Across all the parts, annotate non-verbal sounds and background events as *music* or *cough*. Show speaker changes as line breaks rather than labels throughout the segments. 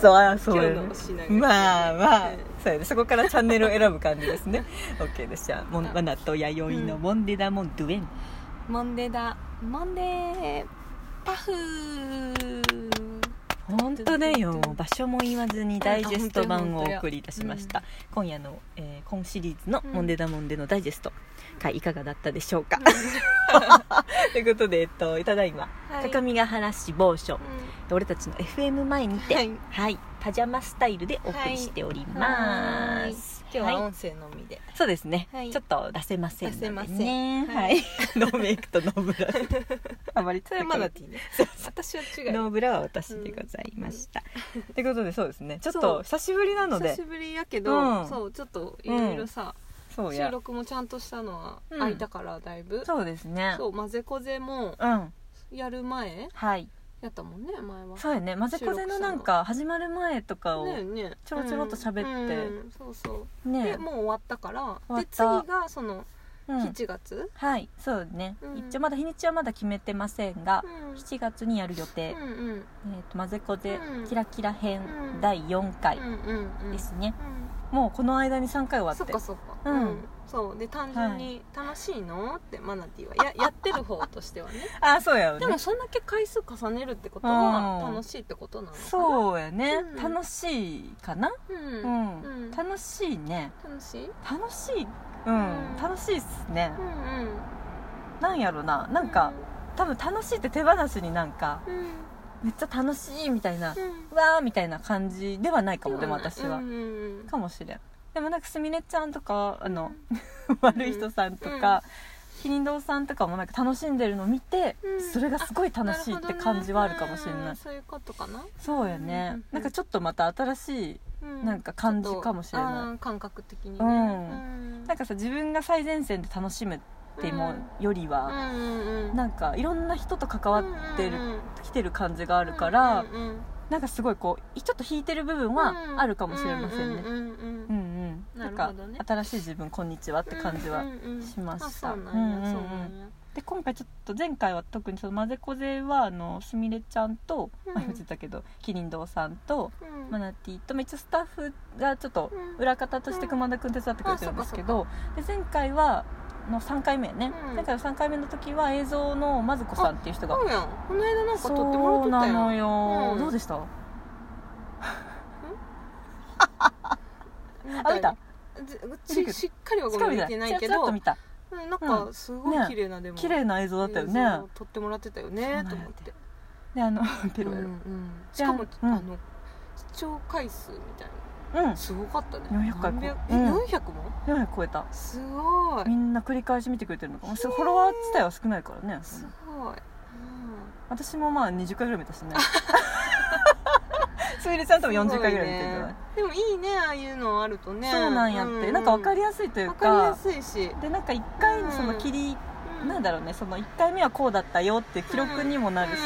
そうあそう
今日のお品書き
まあまあ、
うん
そうやねそこからチャンネルを選ぶ感じです
*laughs*
ね OK ですじゃあ「もんわなとやよいのモンデダモンドゥエン」
モンデだモンデーパフー
本当だよもう場所も言わずにダイジェスト版をお送りいたしました、
うん
今夜の、えー今シリーズの
うん
「モンデダモンデ」のダイジェストがいかがだったでしょうか、 *laughs* ということで、えっと、ただいま、
はい
各務原市某所
う
俺たちの FM 前にて、
は
はいいパジャマスタイルでお送りしており
ん
ます、
今日は
はい
音声のみで、
そうですね、
はい
ちょっと出せませんので、ね、
出せません
は
はいい、
*laughs* ノーメイクとノー
*laughs*
ブラあまり
それはマナティーね私は違う
ノーブラは私でございました。ってことでそうですね。ちょっと久しぶりなの
久
で
し、ぶりやけど、
うん
そうちょっといろいろさ、
そう
収
や。
録もちゃんとしたのは
うん
空いたからだいぶ、
そうですね。
そう混ぜこぜも
うん。
やる前
はい。
やったもんね前は
そうやね。まぜこぜのなんか始まる前とかを
ねえねえ
ちょろちょろっと喋って
うんうんそうそう
ね
で、もう終わったから
終わっ
で次
た
がその
うん、
7月、
はい、そうね
う。ん
一応まだ日にちはまだ決めてませんが
う、ん
7月にやる予定。
うんうん
えっとまぜこぜ
うん
キラキラ編
うん
第4回
うんうんうん
ですね。
う
もうこの間に3回
ん
終
そ
わって
っか。そっか
うん
そうで単純に「楽しいの?」ってマナティーはややってる方としてはね
あ、そうやよね
で。もそんだけ回数重ねるってことは
うん
楽しいってことなのかな
そうやね
うん。
楽しいかな。
う
うん
う
ん。
ん
楽しいね。
楽しい
楽しいうん、
うん
楽しいっすね
うんうん
なんやろななんか多分楽しいって手放しになんか
うん
めっちゃ楽しいみたいな
うんうん
うわーみたいな感じではないかもでも
うん
私は、
うんうん
かもしれんでもなんかすみれちゃんとかあの、 *laughs*
ん
悪い人さんとか、ひにどうさんとかもなんか楽しんでるの見て、
うん
それがすごい楽しいっ
なるほ
て
どね
感じはあるかもしれない、
うんそういうことかな
そうやね、
うん
なんかちょっとまた新しいなんか感じかもしれない
い感覚的にね
うん
うん
なんかさ自分が最前線で楽しむってもよりは、
うんうんうん
なんかいろんな人と関わってる、
うんうんうん
来てる感じがあるから、
うんうんうん
なんかすごいこうちょっと引いてる部分はあるかもしれませんね
ううん
う
うんうんん
うんなん
な
か
るほどね
新しい自分こんにちはって感じは、
うんうんうん
しました
あそうなんや
うん
そううん
うん
なんや
で今回ちょっと前回は特にそのまぜこぜはあのすみれちゃんと、
うん
前も言ってたけどキリン堂さんと
うん
マナティーとめっちゃスタッフがちょっと
うん
裏方として熊田君手伝ってくれてるんですけど、で前回はの3回目やね、
うん
前回の3回目の時は映像のまずこさんっていう人が
そうやんこの間なんか撮っても
そ
らっと
う
った
な
やん
のよ、
うん
どうでした
見
あ見た
ちしっかりはごめん見てないけ
ちょっ
ど
と見た
うんなんかすご
ね
い綺麗なでも
綺麗な映像だったよね
撮ってもらってたよ
そうな
ね
んや
と思って
であの *laughs* ペロペ
う
ロ
んうんし
じゃ
か
あ
も
うん
あの視聴回数みたい
うん
なすごかったね
400回
何百え
うん
400も
400超えた
すごい
みんな繰り返し見てくれてるのかもフォロワー自体は少ないからね
すごい
私もまあ20回ぐらい見た
*laughs*
しねすみれちゃんとも40回ぐらい見てる
る
んじゃない
でもいいねああいうのあるとね
そうなんやって、なんか分かりやすいという
わか
か
りやすいし
でなんか1回のその切り、なんだろうねその1回目はこうだったよっていう記録にもなるし、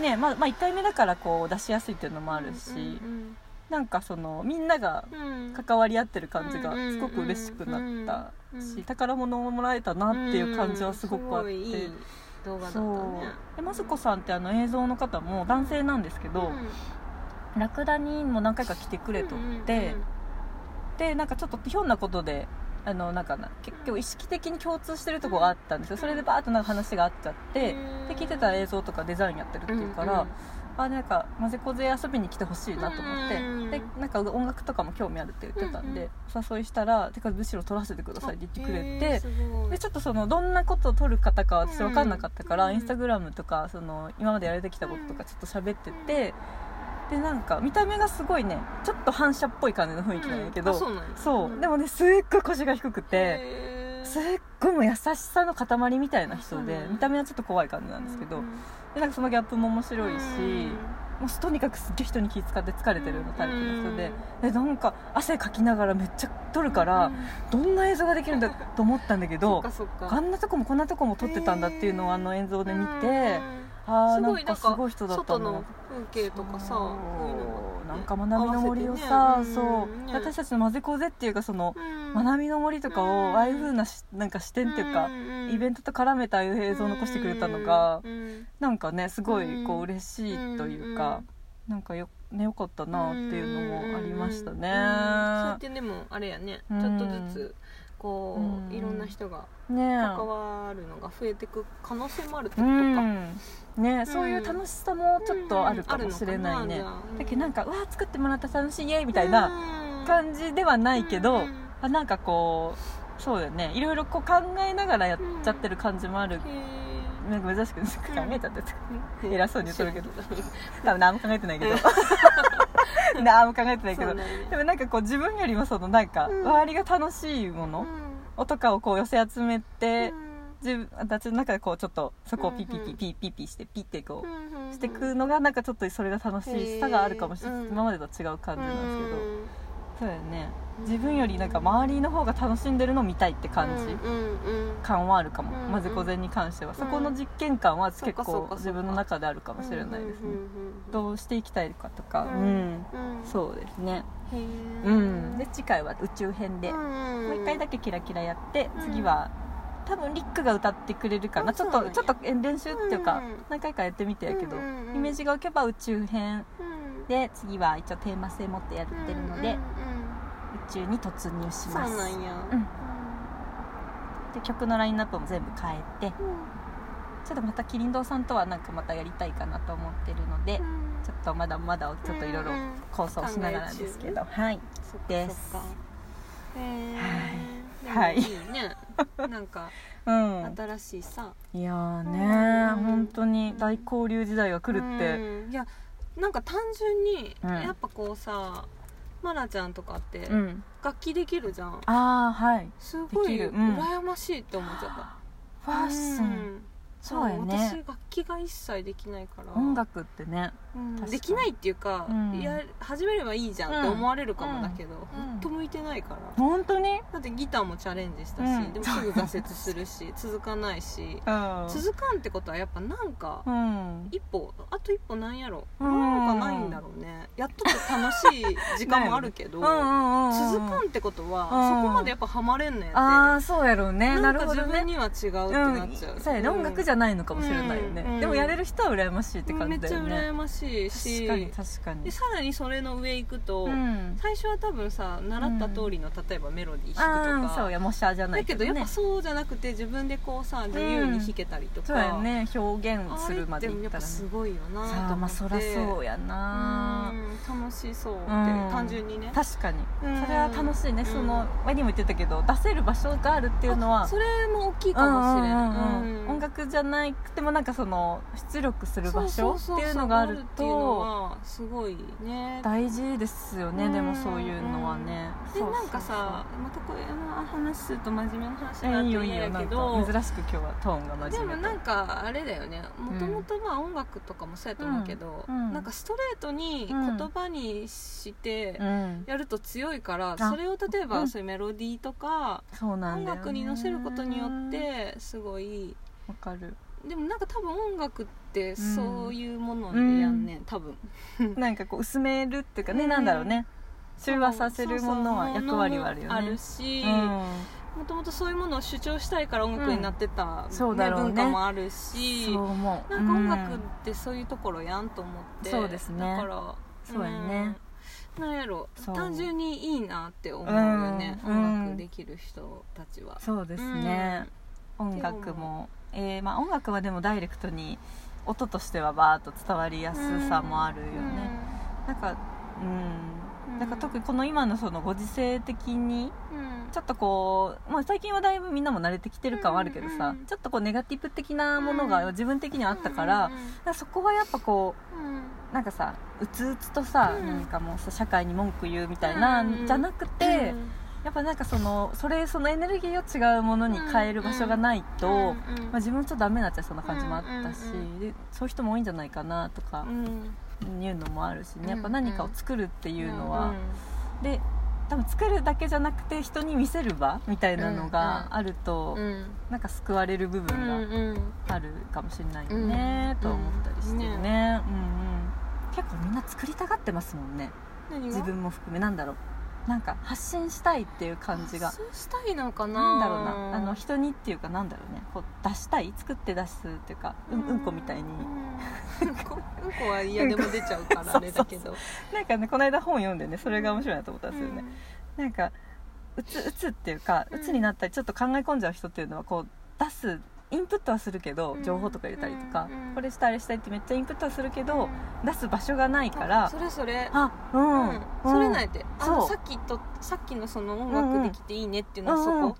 ねまあ、まあ1回目だからこう出しやすいっていうのもあるし、
うん
なんかそのみんなが
うん
関わり合ってる感じが
うんうんうん
すごく嬉しくなった
うんうん
し宝物をもらえたなっていう感じはすごくあっ
うんすごいい
て
い動画だったね
そうでマスコさんってあの映像の方も男性なんですけどラクダにも何回か来てくれとってでなんかちょっとひょんなことであのなんかな結構意識的に共通してるとこがあったんですよそれでバーッとなんか話があっちゃってで聞いてたら映像とかデザインやってるっていうからあなんかマゼコゼ遊びに来てほしいなと思って、
うん
でなんか音楽とかも興味あるって言ってたんで、お誘いしたら「てかむしろ撮らせてください」って言ってくれて、でちょっとそのどんなことを撮る方か私分かんなかったから、
うん
インスタグラムとかその今までやられてきたこととかちょっと喋ってて、でなんか見た目がすごいねちょっと反射っぽい感じの雰囲気なんだけど、
そうなんや
そう、
ん
でもねすっごい腰が低くて。
へー
すっごいもう優しさの塊みたいな人
あそう
で
なんだ
見た目はちょっと怖い感じなんですけど、でなんかそのギャップも面白いし、もうとにかくすっげえ人に気使って疲れてるようなタイプの人で,、でなんか汗かきながらめっちゃ撮るから、どんな映像ができるんだと思ったんだけ
ど
ど
うそっか
あんなとこもこんなとこも撮ってたんだっていうのをあの映像で見て、ああ
す
な
ご
ん
い
か
なん
す
か
ごい人だった
外
んだな
の風景とかさそういうの
そう
が
なんか学びの森をさ、
合わせてね
そううん
ね
私たちの「まぜこぜ」っていうかその、学びの森とか
うん
をああいう風なしなんか視点っていうか、イベン
ト
トと絡めたああいう映像を残してくれたのが、なんかねすごいこ
う
うん嬉しいというか、なんかよ,、ね、よかったなっていうのもありましたね。
うんそうやってでもあれやねち
うん
ょっとずつこ
うん
ういろんな人が
ね
関わるのが増えてく可能性もあるって
う
ことか
んねそういう楽しさもちょっとあるかもしれないね。だけどなん
か
か「うわ作ってもらった楽しいイエイ」みたいな感じではないけど、あなんかこうそうだよねいろいろこう考えながらやっちゃってる感じもある、なんか珍しく考えちゃって *laughs* 偉そうに言って
*laughs*
るけど多分何も考えてないけど何も考えてないけど、でもなんかこう自分よりもそのなんか、
うん
周りが楽しいもの、とかをこう寄せ集めて、自分私の中でこうちょっとそこをピッピッピッピッピッピッしてピッてこう。してくのがなんかちょっとそれが楽しさがあるかもしれない、
へーうん
今までと違う感じなんですけど、そうだよね
うん
自分よりなんか周りの方が楽しんでるの見たいって感じ、感はあるかも、
うんうん
まず午前に関しては、
ん
そこの実験感は
そう
結
かそう
構
かそうか
自分の中であるかもしれないですね、どうしていきたいかとか、
う
うんん
う
そうですね、
ん
うん、で次回は宇宙編で、もう一回だ
け
けキラキラやって、
うん
次は多分リックが歌ってくれるかな、
あ
ち
そ
ょ
う
っ
なん
と
や
ちょっとえ練習っていうか、
うん
何回かやってみてやけど、
うんうん
イメージが湧けば宇宙編
で
で次は一応テーマ性持ってやってるので、宇宙に突入し
そう
ま
な
す
んや
うんで曲のラインナップも全部変えてちょっとまた麒麟堂さんとはなんかまたやりたいかなと思ってるので、ちょっとまだまだちょっといろいろ構想しながらですけど、はいですはい
いいねなんか
*laughs* うん
新しいさ
いやーねー
うん
本当に大交流時代が来るって
うんいやなんか単純に
うん
やっぱこうさマナちゃんとかって
うん、
楽器できるじゃん
ああはい
すごい
できるうん
羨ましいって思っちゃった
ファッション、
うん
そうや
私
ね
楽器が一切できないから
音楽ってね
うん
確かに
できないっていうか、
うん
いや始めればいいじゃんって思われるかもだけど、
うん
ほんと向いてないから、
本当に
だってギターもチャレンジしたし、
うん
でもすぐ挫折するし続かないし
*laughs* うん
続かんってことはやっぱなんか、
うん
一歩あと一歩なんやろ
うん
なんかないんだろうねやっとく楽しい時間もあるけど、
うんうんうんうん
続かんってことは、
うん
そこまでやっぱハマれんのやって
ああそうやろうね
な
なんる
か
ほ
自
ど
分
ね
には違うって
うん
なっちゃう、
そうやね音楽じ
ゃ
ゃないのかもしれないよ
うんうん
ねでもやれる人は羨ましいって感じだよ
めっち
ね
ゃ羨ましいし
確かに確か
で
に
さらにそれの上行くと、
うん
最初は多分さ習った通りの、例えばメロディー弾
あ
くと
あそう
か
や模写じゃな
だ
い
け
け
ど
ど
やっ
ね
ぱそうじゃなくて自分でこうさ自由に弾けたりと
そうや
か、
ね表
あれっ
現
て
するまでい
や
っ
ったぱ
らね
すごいよなと思って
さあまあそらそうやな
うん楽しそうって、
ん
単純にね
確かに
うん
それは楽しいね
うん
その前にも言ってたけど出せる場所があるっていうのは
それも大きいかもしれな
うん
い
うんうん
う
うんん音楽じゃなくてもなんかその出力する場所
そ
っ
そそ
ていうのがある
っていうの
と
はすごいね
大事ですよ
う
ね
ん
でもそういうのはね
で
そうそう
なんかさまたこういうの話すると真面目な話
え
になっ
いい
て
よ
るん
いいよ
や
な
け
ん
ど
か珍しく今日はトーンが
で
真面
も
目
な
だ
んかあれだよねもともとまあ音楽とかもそうやと思うけど、
うんうん
なんかストレートに
うん
言葉にして
うん
やると強いから、
あ
それを例えば、
うん
そういうメロディーとか、
そうなん
音
だよね
楽に乗せることによってすごい
わかる
でもなんか多分音楽ってそういうものやんね、多分
なんかこう薄めるっていうかね
うん
なんだろうね中和させるものは
そうそう
役割はある
も
よ
のもあ
ね
るし、
う
もともとそういうものを主張したいから音楽になって
ん
た、
そうだろうね
文化もある
ん
し、
そう思う
なんか音
う
楽ってそういうところやんと思って、
そうですね
だから
そうやね、
うんなんやろ
そう
単純にいいなって思うよね、
うん
音楽できる人たちは、
そうですね音
って
楽
思
もえーまあ音楽はでもダイレクトに音としてはバーッと伝わりやすさもあるよ
うん
ねなんか
う
うんんなんか特にこの今のそのご時世的に
うん
ちょっとこう、まあ、最近はだいぶみんなも慣れてきてる感はあるけどさ、
うんうん
ちょっとこうネガティブ的なものが
うん
自分的にはあったから,、なんかそこはやっぱこう
うんうん
なんかさうつうつとさ、
うん
なんかもうさ社会に文句言うみたいな、
うん
じゃなくて、
うん
やっぱなんかそのそれそのエネルギーを違うものに変える場所がないと、
う
ま
ん
あ、自分もちょっとダメになっちゃいそうな感じもあったし、
うんうん
でそういう人も多いんじゃないかなとか
うん
いうのもあるしねやっぱ
うんうん
何かを作るっていうのは、で多分作るだけじゃなくて人に見せる場みたいなのがあると、
うん
なんか救われる部
う
分
んうん
があるかもしれないよね、
うん
と思ったりして
う
る
ん
ね,、うんうん結構みんな作りたがってますもんね
何が
自分も含めなんだろうなんか発信したいっていう感じが
そうしたいのかな
なんだろうなあの人にっていうかなんだろうねこう出したい作って出すっていうかうんうんこみたいに
うんうんこうんこは嫌でも出ちゃうからあれだけど
なんかねこの間本読んでねそれが面白いなと思ったんですよね、なんかうつうつっていうか
う
う
ん
つになったりちょっと考え込んじゃう人っていうのはこう出すインプットはするけど
うん
情報とか入れたりとか
うん
これしたいあれしたいってめっちゃインプットはするけ
うん
ど出す場所がないから
それそれ
あ
う
うん
ん、それない
い
ってあ
そ
の
う
さっきとさっきのその音楽できていいねっていうのはそこ、
うんうん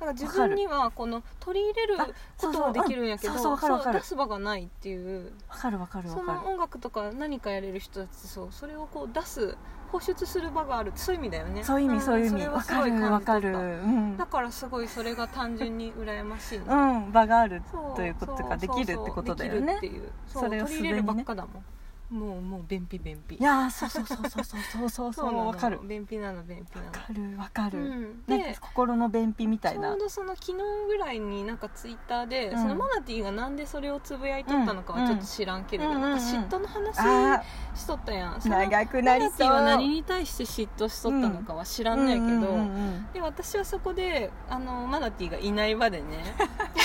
だから自分にはこの取り入れる
あ
こ
そう
と
そ
は
う
できるんやけど
うんそうそうわかるわかる
出す場がないっていう
わかるわかるわ
そ
か
の音楽とか何かやれる人たちそうそれをこう出す放出する場があるってそういう意味だよね
るそういう意味
ん
そういう意
れ
味
は
わ
すご
か
い
る
感じ
わかる
取
う
っ
ん
ただからすごいそれが単純に羨ましいな、
うん場がある
そう
ということができるってことだよ
そう
ね
そうできるっていうそう
それを
取り
すでに
入れ
ね
るばっかだもんもうもう便秘便秘
いやーそうそうそうそうそうそうそう
そう
そ
な
う
の
わかる
便秘なの便秘なの
わかるわか
う
る
ん、
なん
で
か心の便秘みた
ち
い
ょ
な
うどその昨日ぐらいになんかツイッターで、
うん
そのマナティーがなんでそれをつぶやいとったのかはちょっと知らんけれど、
うんうん
なんか嫉妬の話
あ
しとったやん
ー
そのマナ
長くなり
テ
そ
ィ
う
ーは何に対して嫉妬しとったのかは知らんねんけど、
うんうんうん
で私はそこであのマナティーがいない場でね
*laughs*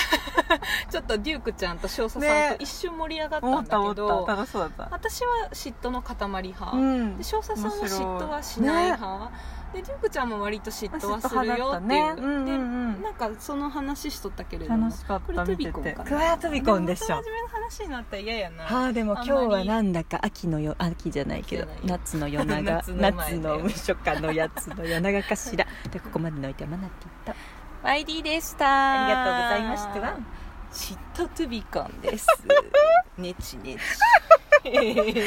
ちょっとデュークちゃんと少佐さん
ね
と一瞬盛り上がっ
思
た
った
んだ
思
け
った
ど、
楽しそうだっ
私は嫉妬の塊
た
派、
ん
で少佐さんは
面
嫉
白い
妬はしない派、でデュークちゃんも割と嫉妬はするよってい
う
う、
んうんうん
でなんかその話しとったけれども
楽しかっ
これ
た
ト
見
ビ
て
コン
て
かな
クワトビコンでし
も
ょ
また真面目な話になったら嫌やな
はあでも
あんま
今
り
日はなんだか秋のよ秋じゃないけど
秋じゃないよ
夏の夜長 *laughs* 夏
夏の前
の
だよ
無所感のやつの夜長かしらでここまでのおいてはマナティと
YD でした
ありがとうございましたわ
嫉妬トゥビコンですねちねち